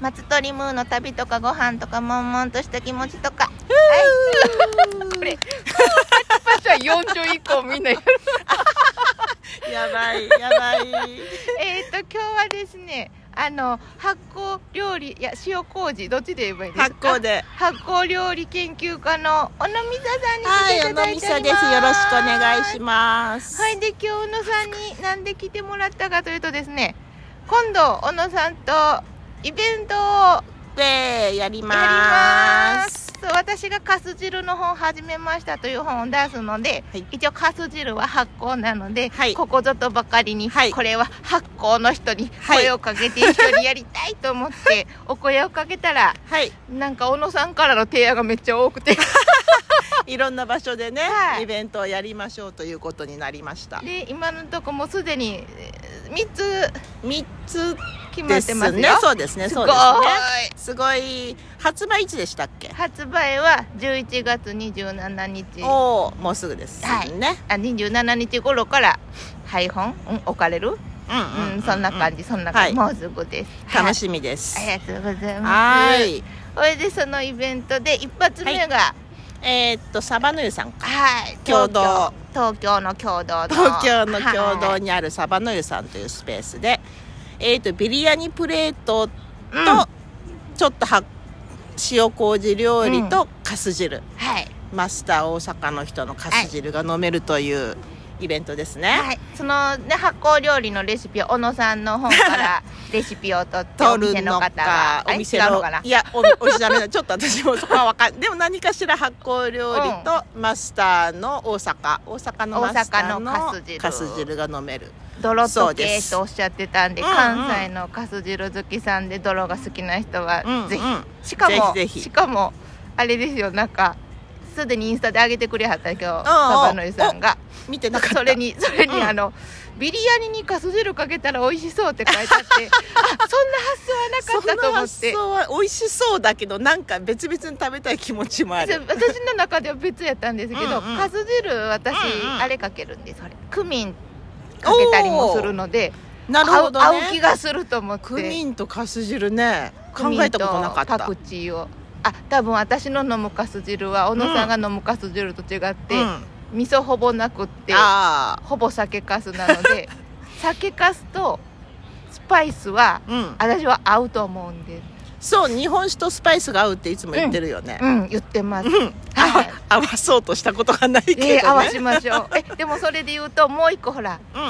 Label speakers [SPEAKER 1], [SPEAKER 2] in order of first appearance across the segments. [SPEAKER 1] 松鳥ムーの旅とかご飯とか悶々とした気持ちとか
[SPEAKER 2] これパチパチは4兆以降みんなやる
[SPEAKER 1] やばいやばい
[SPEAKER 2] えっと今日はですねあの発酵料理いや塩麹どっちで言えばいいです
[SPEAKER 1] 発
[SPEAKER 2] か
[SPEAKER 1] 酵で
[SPEAKER 2] 発酵料理研究家の小野美沙
[SPEAKER 1] は
[SPEAKER 2] さんに来て
[SPEAKER 1] い
[SPEAKER 2] いた
[SPEAKER 1] お
[SPEAKER 2] だ
[SPEAKER 1] の
[SPEAKER 2] い
[SPEAKER 1] み
[SPEAKER 2] てお
[SPEAKER 1] さ
[SPEAKER 2] り
[SPEAKER 1] ですよろし
[SPEAKER 2] ます
[SPEAKER 1] くお願いします
[SPEAKER 2] はい、で今日小野さんになんで来てもらったかというとですね今度小野さんとイベントをや
[SPEAKER 1] でやり
[SPEAKER 2] り
[SPEAKER 1] ま
[SPEAKER 2] ますすそう私がカス汁の本始めましたという本を出すので、
[SPEAKER 1] はい
[SPEAKER 2] 一応カス汁は発酵なので、
[SPEAKER 1] はい
[SPEAKER 2] ここぞとばかりに、
[SPEAKER 1] はい
[SPEAKER 2] これは発酵の人に
[SPEAKER 1] はい
[SPEAKER 2] 声をかけて一緒にやりたいと思 ってお声をかけたら
[SPEAKER 1] はい
[SPEAKER 2] なんか小野さんからの提案がめっちゃ多くて
[SPEAKER 1] いろんな場所でね、
[SPEAKER 2] はい
[SPEAKER 1] イベントをやりましょうということになりました
[SPEAKER 2] で今のとこもうすでに3つ
[SPEAKER 1] 三つ
[SPEAKER 2] 決ま
[SPEAKER 1] で
[SPEAKER 2] って
[SPEAKER 1] す
[SPEAKER 2] ます
[SPEAKER 1] ね
[SPEAKER 2] よ
[SPEAKER 1] そうですね
[SPEAKER 2] す
[SPEAKER 1] そ
[SPEAKER 2] ご
[SPEAKER 1] う
[SPEAKER 2] い
[SPEAKER 1] ですねすごい発売いつでしたっけ
[SPEAKER 2] 発売は11月27日あ
[SPEAKER 1] おおもうすぐですね、
[SPEAKER 2] はい27日頃から配本、うん、置かれる、
[SPEAKER 1] うん
[SPEAKER 2] うんそんな感じそんな感じ、もうすぐです
[SPEAKER 1] 楽しみです
[SPEAKER 2] はい、ありがとうございま
[SPEAKER 1] は
[SPEAKER 2] す
[SPEAKER 1] ーい
[SPEAKER 2] これでそのイベントで一発目がはい、
[SPEAKER 1] えーっとサバヌーさんか
[SPEAKER 2] 東京
[SPEAKER 1] 共
[SPEAKER 2] 東京の共同の
[SPEAKER 1] 東京の共同
[SPEAKER 2] はい
[SPEAKER 1] にあるサバヌーさんというスペースで、えーっとビリヤニプレートと
[SPEAKER 2] うん
[SPEAKER 1] ちょっとは塩麹料理とかす汁、
[SPEAKER 2] はい、
[SPEAKER 1] マスター大阪の人のかす汁が飲めるというイベントですね、
[SPEAKER 2] はい、そのね発酵料理のレシピを小野さんの本からレシピを取ってお
[SPEAKER 1] 取
[SPEAKER 2] 店
[SPEAKER 1] るの
[SPEAKER 2] の方が
[SPEAKER 1] かお店の
[SPEAKER 2] あ違うのかない
[SPEAKER 1] やおお店じゃないちょっと私もそこはわかんないでも何かしら発酵料理とマスターの大阪大阪のマスタ
[SPEAKER 2] 大
[SPEAKER 1] ー
[SPEAKER 2] 阪の
[SPEAKER 1] の
[SPEAKER 2] 粕汁
[SPEAKER 1] かす汁が飲める
[SPEAKER 2] 泥
[SPEAKER 1] そ
[SPEAKER 2] 溶
[SPEAKER 1] うで
[SPEAKER 2] け
[SPEAKER 1] す
[SPEAKER 2] とおっしゃってたんで
[SPEAKER 1] うんうん
[SPEAKER 2] 関西のかす汁好きさんで泥が好きな人
[SPEAKER 1] うんう
[SPEAKER 2] は
[SPEAKER 1] ん
[SPEAKER 2] ぜひ、しかも
[SPEAKER 1] ぜひぜひ
[SPEAKER 2] しかもあれですよなんかすでにインスタで上げてくれはった今日サバノリさんが
[SPEAKER 1] 見てなかった
[SPEAKER 2] それにそれに、
[SPEAKER 1] うん
[SPEAKER 2] あのビリヤニにかす汁かけたら美味しそうって書いてあ ってあそんな発想は
[SPEAKER 1] そん
[SPEAKER 2] なかったと
[SPEAKER 1] な
[SPEAKER 2] 思っ
[SPEAKER 1] 発
[SPEAKER 2] て。
[SPEAKER 1] 想は美味しそうだけどなんか別々に食べたい気持ちもあ
[SPEAKER 2] そう
[SPEAKER 1] る
[SPEAKER 2] 私の中では別やったんですけど、
[SPEAKER 1] うんうん
[SPEAKER 2] かす汁私、
[SPEAKER 1] うんうん
[SPEAKER 2] あれかけるんですあれクミンかけたりもするので
[SPEAKER 1] なる
[SPEAKER 2] 合
[SPEAKER 1] ほ
[SPEAKER 2] う
[SPEAKER 1] ど
[SPEAKER 2] 合う気
[SPEAKER 1] ね
[SPEAKER 2] がすると思って
[SPEAKER 1] クミンとかす汁ね考えたことなかっ
[SPEAKER 2] クミンとパ
[SPEAKER 1] た
[SPEAKER 2] クチーをあ多分私の飲むかす汁は小野さんが飲むかす汁と違って、
[SPEAKER 1] うん
[SPEAKER 2] 味噌ほぼなくって
[SPEAKER 1] あ
[SPEAKER 2] ほぼ酒かすなの で酒かすとスパイスは
[SPEAKER 1] あうん
[SPEAKER 2] 私は合うと思うんです
[SPEAKER 1] そう日本酒とスパイスが合うっていつも言ってるよね、
[SPEAKER 2] うん言ってます
[SPEAKER 1] うん
[SPEAKER 2] はい
[SPEAKER 1] 合わそうとしたことがないけどね、
[SPEAKER 2] えー合わしましょうえでもそれで言うともう一個ほら
[SPEAKER 1] うん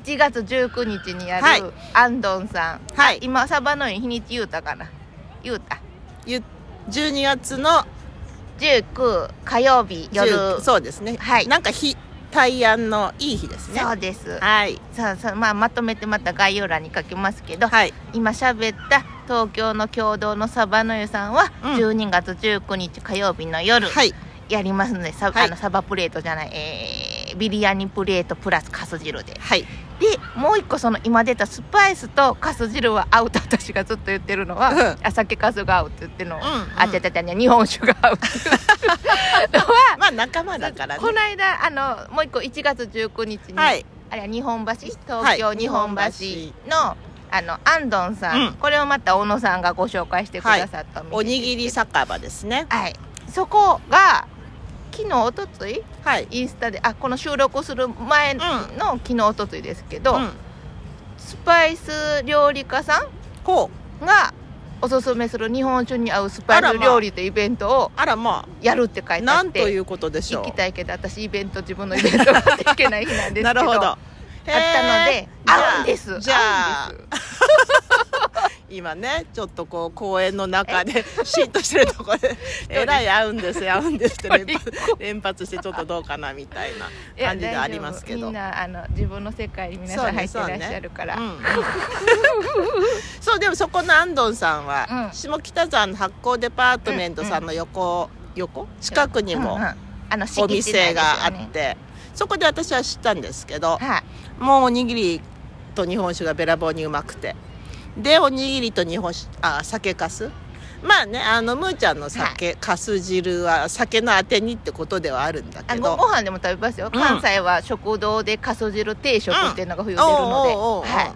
[SPEAKER 2] 1月19日にあ
[SPEAKER 1] はい
[SPEAKER 2] るアンドンさん、
[SPEAKER 1] はい
[SPEAKER 2] 今サバの日にち言うたかな言うた
[SPEAKER 1] ゆ12月の
[SPEAKER 2] 19火曜日夜
[SPEAKER 1] 10そうですね
[SPEAKER 2] はい
[SPEAKER 1] なんか日大安のいい日ですね
[SPEAKER 2] そうです
[SPEAKER 1] はい
[SPEAKER 2] さあさあ、まあ、まとめてまた概要欄に書きますけど、
[SPEAKER 1] はい
[SPEAKER 2] 今喋った東京の共同のサバの湯さんは
[SPEAKER 1] うん
[SPEAKER 2] 12月19日火曜日の夜
[SPEAKER 1] はい
[SPEAKER 2] やりますので、サ
[SPEAKER 1] はい
[SPEAKER 2] あのサバプレートじゃない、えービリヤニプレートプラスカス汁でで
[SPEAKER 1] はい
[SPEAKER 2] もう一個その今出たスパイスとカス汁は合うと私がずっと言ってるのは、
[SPEAKER 1] うん
[SPEAKER 2] あ酒かすが合うって言ってるのを、
[SPEAKER 1] んうん
[SPEAKER 2] あちゃちゃちゃ日本酒が合うって いうのは
[SPEAKER 1] まあ仲間だからね
[SPEAKER 2] この間あのもう一個1月19日に、
[SPEAKER 1] はい
[SPEAKER 2] あれは日本橋東
[SPEAKER 1] は
[SPEAKER 2] 京
[SPEAKER 1] い
[SPEAKER 2] 日本橋の、あのアンドンさん、
[SPEAKER 1] うん
[SPEAKER 2] これをまた小野さんがご紹介してくださった
[SPEAKER 1] おにぎり
[SPEAKER 2] さ
[SPEAKER 1] 酒場ですね
[SPEAKER 2] はいそこが昨日おとつい
[SPEAKER 1] はい
[SPEAKER 2] インスタであこの収録する前の、
[SPEAKER 1] うん
[SPEAKER 2] 昨日おとついですけど、
[SPEAKER 1] うん
[SPEAKER 2] スパイス料理家さ
[SPEAKER 1] こうん
[SPEAKER 2] がおすすめする日本酒に合うスパイ
[SPEAKER 1] あら
[SPEAKER 2] ス
[SPEAKER 1] まあ
[SPEAKER 2] 料理というイベントを
[SPEAKER 1] あらま
[SPEAKER 2] やるって書
[SPEAKER 1] あ
[SPEAKER 2] いてあ
[SPEAKER 1] な
[SPEAKER 2] っ
[SPEAKER 1] ん
[SPEAKER 2] て
[SPEAKER 1] ということでしょ
[SPEAKER 2] 行
[SPEAKER 1] う
[SPEAKER 2] きたいけど私イベント自分のイベントが行けない日なんですけど
[SPEAKER 1] なるほどあっ
[SPEAKER 2] あったので合うんです
[SPEAKER 1] じゃ
[SPEAKER 2] 合
[SPEAKER 1] あ
[SPEAKER 2] うんです
[SPEAKER 1] 今ねちょっとこう公園の中でシーンとしてるところ で「えらい合うんです合うんです」って連発連発してちょっとどうかなみたいない
[SPEAKER 2] や
[SPEAKER 1] 感じでありますけ
[SPEAKER 2] 大丈夫
[SPEAKER 1] ど
[SPEAKER 2] みんなあの自分の世界に皆さん入ってらっしゃるから、
[SPEAKER 1] うんうんそうでもそこの安藤さんは、
[SPEAKER 2] うん
[SPEAKER 1] 下北沢の発酵デパートメントさんの横、横近くにも
[SPEAKER 2] うんうんあの
[SPEAKER 1] お
[SPEAKER 2] 敷地内
[SPEAKER 1] 店があ
[SPEAKER 2] ですよ
[SPEAKER 1] っ
[SPEAKER 2] ね
[SPEAKER 1] て、そこで私は知ったんですけど
[SPEAKER 2] はい
[SPEAKER 1] もうおにぎりと日本酒がべらぼうにうまくてでおにぎりと日本酒あ酒かすまあねあのむーちゃんの酒、かす汁は酒のあてにってことではあるんだ
[SPEAKER 2] あ
[SPEAKER 1] け
[SPEAKER 2] ご
[SPEAKER 1] ど
[SPEAKER 2] ご飯でも食べますよ、
[SPEAKER 1] うん
[SPEAKER 2] 関西は食堂でかそ汁定食っていうのが冬出るので、
[SPEAKER 1] おうおうおうおう
[SPEAKER 2] はい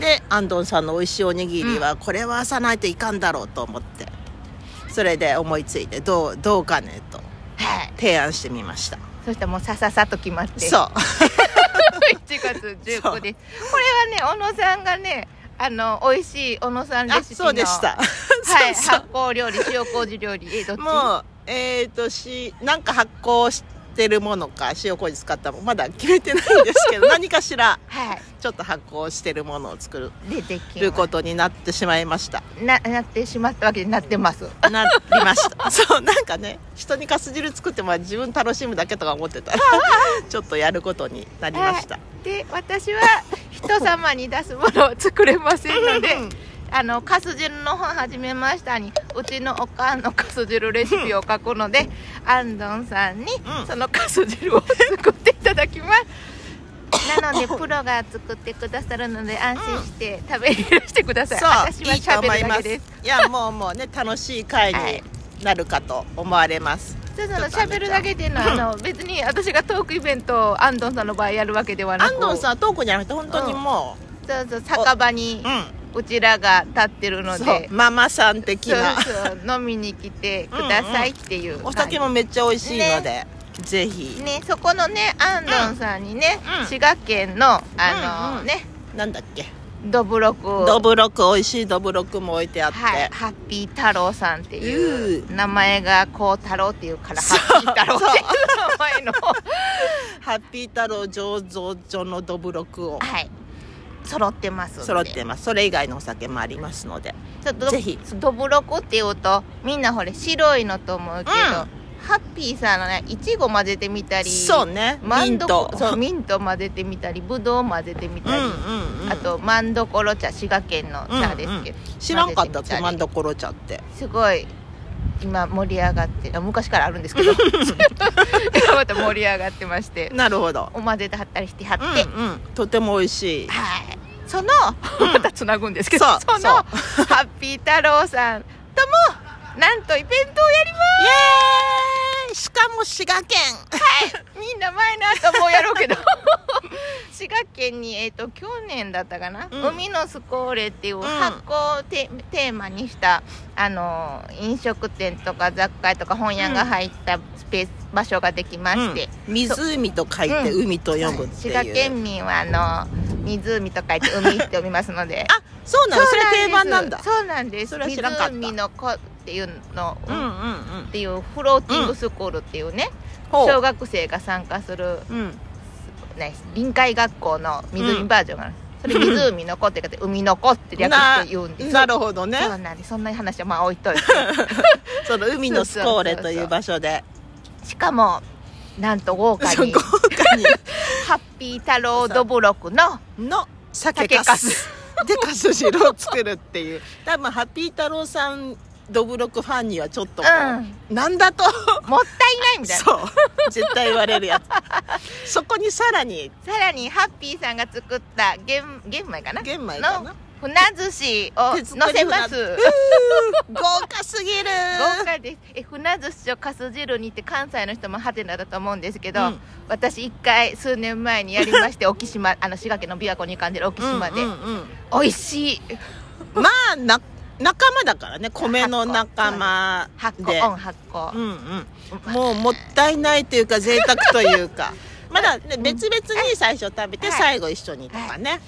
[SPEAKER 1] で安藤さんの美味しいおにぎりはこれはさないといかんだろうと思ってそれで思いついてどうどうかねと
[SPEAKER 2] はい
[SPEAKER 1] 提案してみました
[SPEAKER 2] そしたらもうさささと決まって
[SPEAKER 1] そう
[SPEAKER 2] 1月19日ですこれはね小野さんがねあの美味しい小野さんレ
[SPEAKER 1] あ
[SPEAKER 2] シピの
[SPEAKER 1] そうでした
[SPEAKER 2] はい、
[SPEAKER 1] そうそう
[SPEAKER 2] 発酵料理塩麹料理えどっち
[SPEAKER 1] もうえっ、としなんか発酵してるものか塩麹使ったもまだ決めてないんです けど何かしら
[SPEAKER 2] は
[SPEAKER 1] ちょっと発酵してるものを作る
[SPEAKER 2] い出てき
[SPEAKER 1] る
[SPEAKER 2] ま
[SPEAKER 1] ことになってしまいました
[SPEAKER 2] ななってしまったわけでなってます
[SPEAKER 1] なりまし たそうなんかね人にかす汁作っても自分楽しむだけとか思っ てたらちょっとやることになりました
[SPEAKER 2] で私は人様に出すものを作れませんのであのカス汁の本始めましたにうちのおかんのカス汁レシピを書くのでアンドンさんに
[SPEAKER 1] うん
[SPEAKER 2] そのカス汁を作っていただきますなのでプロが作ってくださるので安心して食べ入れしてください、私はしゃべるだけです
[SPEAKER 1] いやもうもうね楽しい会
[SPEAKER 2] は
[SPEAKER 1] に
[SPEAKER 2] い
[SPEAKER 1] なるかと思われます、
[SPEAKER 2] そうそうしゃべるだけでのあの別に私がトークイベントをアンドンさんの場合やるわけではな
[SPEAKER 1] 安
[SPEAKER 2] く
[SPEAKER 1] 藤さんはトークじゃなくて本当にも
[SPEAKER 2] そうそう酒場に
[SPEAKER 1] う、うん
[SPEAKER 2] うちらが立ってるの
[SPEAKER 1] そう
[SPEAKER 2] で
[SPEAKER 1] ママさん的
[SPEAKER 2] そう
[SPEAKER 1] な
[SPEAKER 2] そう飲みに来てくださいっていう、
[SPEAKER 1] お酒
[SPEAKER 2] は
[SPEAKER 1] もめっちゃ美味しいので、ぜひ
[SPEAKER 2] いねそこのねアンドンさんにね、
[SPEAKER 1] うん
[SPEAKER 2] 滋賀県のあの
[SPEAKER 1] うん
[SPEAKER 2] ね
[SPEAKER 1] なんだっけ
[SPEAKER 2] どぶろく
[SPEAKER 1] どぶろく美味しいどぶろくも置いてあって、
[SPEAKER 2] はい、ハッピー太郎さんってい
[SPEAKER 1] いう
[SPEAKER 2] 名前がこう太郎っていうからハッピー太郎っていう名前の
[SPEAKER 1] ハッピー太郎醸造所のどぶろくを
[SPEAKER 2] はい揃ってますんで
[SPEAKER 1] 揃ってますそれ以外のお酒もありますので
[SPEAKER 2] ちょっとど
[SPEAKER 1] ぜひ
[SPEAKER 2] どぶろくっていうとみんなほれ白いのと思うけど、
[SPEAKER 1] うん
[SPEAKER 2] ハッピーさんのねいちご混ぜてみたり
[SPEAKER 1] そうね
[SPEAKER 2] マ
[SPEAKER 1] ミ
[SPEAKER 2] ン
[SPEAKER 1] ン
[SPEAKER 2] ド
[SPEAKER 1] ト
[SPEAKER 2] コ
[SPEAKER 1] そう
[SPEAKER 2] ミント混ぜてみたりぶどう混ぜてみ
[SPEAKER 1] う
[SPEAKER 2] た
[SPEAKER 1] ん
[SPEAKER 2] り、
[SPEAKER 1] うんうん
[SPEAKER 2] あとマンドコロ茶滋賀県の茶ですけど、
[SPEAKER 1] 知らんかった
[SPEAKER 2] 混
[SPEAKER 1] っ
[SPEAKER 2] ぜてみた
[SPEAKER 1] け
[SPEAKER 2] り
[SPEAKER 1] マンどころ茶って
[SPEAKER 2] すごい今盛り上が ってあ昔からあるんですけど 今また盛り上がってまして
[SPEAKER 1] なるほど
[SPEAKER 2] お混ぜてはったりしてはっ
[SPEAKER 1] う
[SPEAKER 2] て、
[SPEAKER 1] んうんとても美味しい
[SPEAKER 2] はいその、またつなぐんですけど
[SPEAKER 1] そう
[SPEAKER 2] その
[SPEAKER 1] そう
[SPEAKER 2] ハッピー太郎さんともなんとイベントをやりま
[SPEAKER 1] イエーイしかも滋賀県
[SPEAKER 2] すみんな前の後もうやろうけど滋賀県に、えっと去年だったかな、
[SPEAKER 1] うん
[SPEAKER 2] 海のスコーレっていう
[SPEAKER 1] うん
[SPEAKER 2] 発酵をテ,、テーマにしたあの飲食店とか雑貨屋とか本屋が入ったスペース、場所ができまして、
[SPEAKER 1] うん湖と書いて
[SPEAKER 2] う
[SPEAKER 1] 海と読むってい
[SPEAKER 2] 滋
[SPEAKER 1] う
[SPEAKER 2] 賀県民はあの湖と書いて海って読みますので
[SPEAKER 1] あそうなのそれ定番なんだ
[SPEAKER 2] そうなんです。
[SPEAKER 1] それは知らんかった
[SPEAKER 2] 湖の子っていうの、
[SPEAKER 1] うんうんう
[SPEAKER 2] っ
[SPEAKER 1] ん
[SPEAKER 2] ていうフローティングスクールっていうね、
[SPEAKER 1] ほう
[SPEAKER 2] 小学生が参加する、
[SPEAKER 1] うん
[SPEAKER 2] ね、臨海学校の湖バージョンがある。それ湖の子って言って海の子って略して言うんです。
[SPEAKER 1] なるほどね
[SPEAKER 2] そうなんです。そんな話はまあ置いといて。
[SPEAKER 1] その海のスコーレという場所で
[SPEAKER 2] しかも、なんと豪華
[SPEAKER 1] そう
[SPEAKER 2] に
[SPEAKER 1] 豪、華に
[SPEAKER 2] ハッピー太郎どぶろくの、
[SPEAKER 1] の酒かすでかす汁を作るっていう多分ハッピー太郎さんどぶろくファンにはちょっとこう、なんだと
[SPEAKER 2] もったいないみたいな。
[SPEAKER 1] そう絶対言われるやつそこにさらに
[SPEAKER 2] さらに、ハッピーさんが作った玄玄米かな
[SPEAKER 1] 玄米かな
[SPEAKER 2] 船寿司を
[SPEAKER 1] 手作り
[SPEAKER 2] 乗せ
[SPEAKER 1] 船
[SPEAKER 2] ます。
[SPEAKER 1] 豪華すぎる
[SPEAKER 2] 豪華ですえ船寿司をかす汁にって関西の人もハテナだと思うんですけど、
[SPEAKER 1] うん
[SPEAKER 2] 私一回数年前にやりまして沖島あの滋賀県の琵琶湖に浮かんでる沖島で、
[SPEAKER 1] うんうんうん
[SPEAKER 2] 美味しい
[SPEAKER 1] まあな仲間だからね米の仲間
[SPEAKER 2] 発
[SPEAKER 1] で
[SPEAKER 2] 酵オン発酵、
[SPEAKER 1] う
[SPEAKER 2] うん
[SPEAKER 1] うんもうもったいないというか贅沢というか まだ、ね、別々に最初食べて
[SPEAKER 2] はい
[SPEAKER 1] 最後一緒にとかね、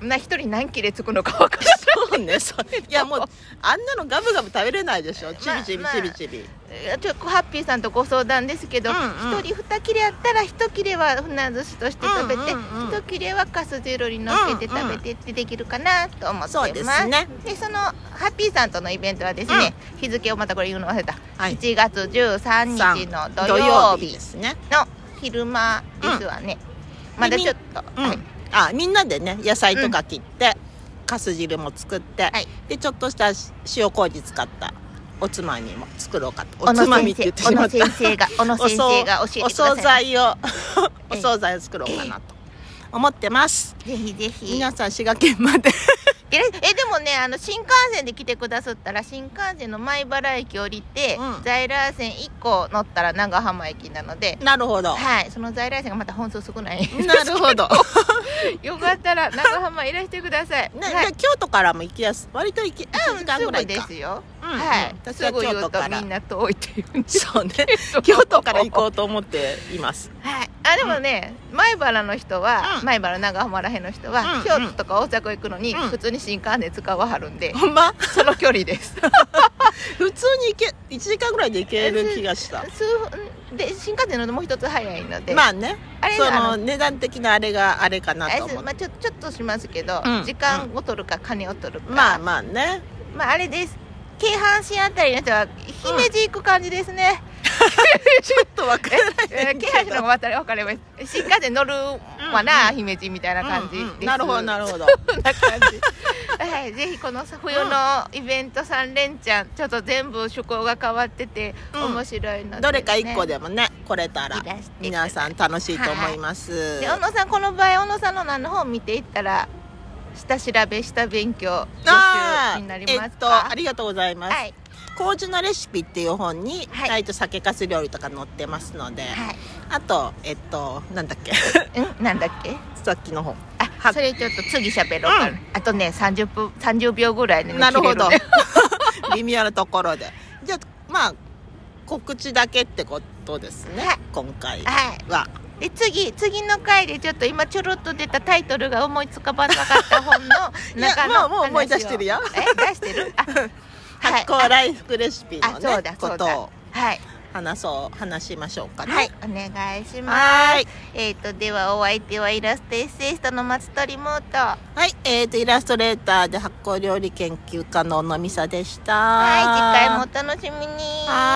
[SPEAKER 2] んな一人何切れつくのか分からない
[SPEAKER 1] そうね そういやもうあんなのガブガブ食べれないでしょちびちび
[SPEAKER 2] まあ
[SPEAKER 1] ちびちび、
[SPEAKER 2] えーちょっとハッピーさんとご相談ですけど
[SPEAKER 1] うん
[SPEAKER 2] 一、
[SPEAKER 1] うん
[SPEAKER 2] 人二切れあったら一切れは船寿司として食べて一、
[SPEAKER 1] うんうんうん
[SPEAKER 2] 切れはかす汁にのっけて食べてってできるかなと思ってます
[SPEAKER 1] そうですね
[SPEAKER 2] でそのハッピーさんとのイベントはですね、日付をまたこれ言うの忘れた、
[SPEAKER 1] はい
[SPEAKER 2] 1月13
[SPEAKER 1] さん
[SPEAKER 2] 日の土曜日
[SPEAKER 1] ですね、
[SPEAKER 2] の昼間ですわね、
[SPEAKER 1] うん
[SPEAKER 2] まだちょっと、
[SPEAKER 1] うん
[SPEAKER 2] はい
[SPEAKER 1] あみんなでね野菜とか切って、かす汁も作って、
[SPEAKER 2] はい
[SPEAKER 1] でちょっとした塩麹使ったおつまみも作ろうかとお
[SPEAKER 2] 小野
[SPEAKER 1] つまみって言
[SPEAKER 2] 先
[SPEAKER 1] っ
[SPEAKER 2] 生
[SPEAKER 1] てし
[SPEAKER 2] 小野
[SPEAKER 1] まった
[SPEAKER 2] 先生が小野
[SPEAKER 1] お
[SPEAKER 2] 先生が教えてくだ
[SPEAKER 1] お惣
[SPEAKER 2] さい
[SPEAKER 1] 菜を お
[SPEAKER 2] ええ
[SPEAKER 1] 惣菜を作ろうかなと思ってます
[SPEAKER 2] ぜひぜひ
[SPEAKER 1] 皆さん滋賀県まで
[SPEAKER 2] ええでもねあの新幹線で来てくださったら新幹線の米原駅降りて、
[SPEAKER 1] うん
[SPEAKER 2] 在来線1個乗ったら長浜駅 なので、
[SPEAKER 1] なるほど。
[SPEAKER 2] はい、その在来線がまた本数少ない
[SPEAKER 1] なる ほど。
[SPEAKER 2] よかったら長浜いらしてください。
[SPEAKER 1] ね、
[SPEAKER 2] はい
[SPEAKER 1] で、京都からも行きやす割と行き1時間ぐらい
[SPEAKER 2] す
[SPEAKER 1] か
[SPEAKER 2] ぐで。すよ。
[SPEAKER 1] うん
[SPEAKER 2] はい。
[SPEAKER 1] 私
[SPEAKER 2] す
[SPEAKER 1] は
[SPEAKER 2] ぐ
[SPEAKER 1] 京
[SPEAKER 2] 言
[SPEAKER 1] 都
[SPEAKER 2] う
[SPEAKER 1] か
[SPEAKER 2] と
[SPEAKER 1] ら
[SPEAKER 2] みん。な遠いって言うんです
[SPEAKER 1] そうね。
[SPEAKER 2] けど。
[SPEAKER 1] 京都から行こうと思っています。
[SPEAKER 2] はい。あでもね、前原の人は、
[SPEAKER 1] うん
[SPEAKER 2] 前原長浜らへんの人は、
[SPEAKER 1] うん
[SPEAKER 2] 京都とか大阪行くのに、
[SPEAKER 1] うん
[SPEAKER 2] 普通に新幹線使わはるんで、
[SPEAKER 1] ほんま
[SPEAKER 2] その距離です。
[SPEAKER 1] 普通に行け、1時間ぐらいで行ける気がした。
[SPEAKER 2] 数分で新幹線乗るのもう一つ早いので、
[SPEAKER 1] ま
[SPEAKER 2] あ、
[SPEAKER 1] あね、
[SPEAKER 2] れ
[SPEAKER 1] そ
[SPEAKER 2] があの。
[SPEAKER 1] の値段的なあれがあれかな
[SPEAKER 2] あれ
[SPEAKER 1] と
[SPEAKER 2] です
[SPEAKER 1] 思っ
[SPEAKER 2] ま
[SPEAKER 1] て。
[SPEAKER 2] あ、ちょちょっとしますけど、
[SPEAKER 1] うん
[SPEAKER 2] 時間を取るか金を取るか、
[SPEAKER 1] まあまあね。
[SPEAKER 2] まああれです京阪神あたりの人は姫路行く感じですね、
[SPEAKER 1] ちょっとわからないけど。
[SPEAKER 2] えー京阪神の方が分かります新幹線乗るわな、姫路みたいな感じです、
[SPEAKER 1] うんうんなるほどなるほど。
[SPEAKER 2] そ んな感じはい、ぜひこの冬のイベント3連チャンちょっと全部趣向が変わってて
[SPEAKER 1] うん
[SPEAKER 2] 面白いので、
[SPEAKER 1] どれか一個でもね、来れたら
[SPEAKER 2] いらしてください
[SPEAKER 1] 皆さん楽しいと思います。
[SPEAKER 2] で小野さんこの場合小野さんの何の本見ていったら下調べ下勉強
[SPEAKER 1] あ
[SPEAKER 2] 予習にな
[SPEAKER 1] ー
[SPEAKER 2] り
[SPEAKER 1] え
[SPEAKER 2] ま
[SPEAKER 1] っ
[SPEAKER 2] す
[SPEAKER 1] と
[SPEAKER 2] か、
[SPEAKER 1] ありがとうございます。
[SPEAKER 2] はい
[SPEAKER 1] 麹のレシピっていう本に、
[SPEAKER 2] はい
[SPEAKER 1] タイと酒かす料理とか載ってますので、
[SPEAKER 2] は
[SPEAKER 1] あとえっとなんだっけ
[SPEAKER 2] い、うん、なんだっけ
[SPEAKER 1] さっきの本は
[SPEAKER 2] あ、それちょっと次喋ろうかな、
[SPEAKER 1] うん
[SPEAKER 2] あとね30分30秒ぐらいで、ね、
[SPEAKER 1] なるほど
[SPEAKER 2] 切れね
[SPEAKER 1] 微妙なところでじゃあまあ告知だけってことですね、
[SPEAKER 2] はい
[SPEAKER 1] 今回は、
[SPEAKER 2] はいで次次の回でちょっと今ちょろっと出たタイトルが思いつかばなかった本の
[SPEAKER 1] いや
[SPEAKER 2] 中の
[SPEAKER 1] もう
[SPEAKER 2] 話
[SPEAKER 1] もう
[SPEAKER 2] を
[SPEAKER 1] 思い出してるよ
[SPEAKER 2] え出して るあはい
[SPEAKER 1] 発酵ライフレシピの
[SPEAKER 2] あそうだ
[SPEAKER 1] ね
[SPEAKER 2] そ
[SPEAKER 1] こ
[SPEAKER 2] うだ
[SPEAKER 1] とを
[SPEAKER 2] はい
[SPEAKER 1] 話そう話しましょうかね
[SPEAKER 2] はいお願いします
[SPEAKER 1] はい
[SPEAKER 2] えっ、とではお相手はイラストエッセイストの松鳥モート
[SPEAKER 1] はいえー、とイラストレーターで発酵料理研究家の野美沙でした
[SPEAKER 2] はい次回もお楽しみに
[SPEAKER 1] はい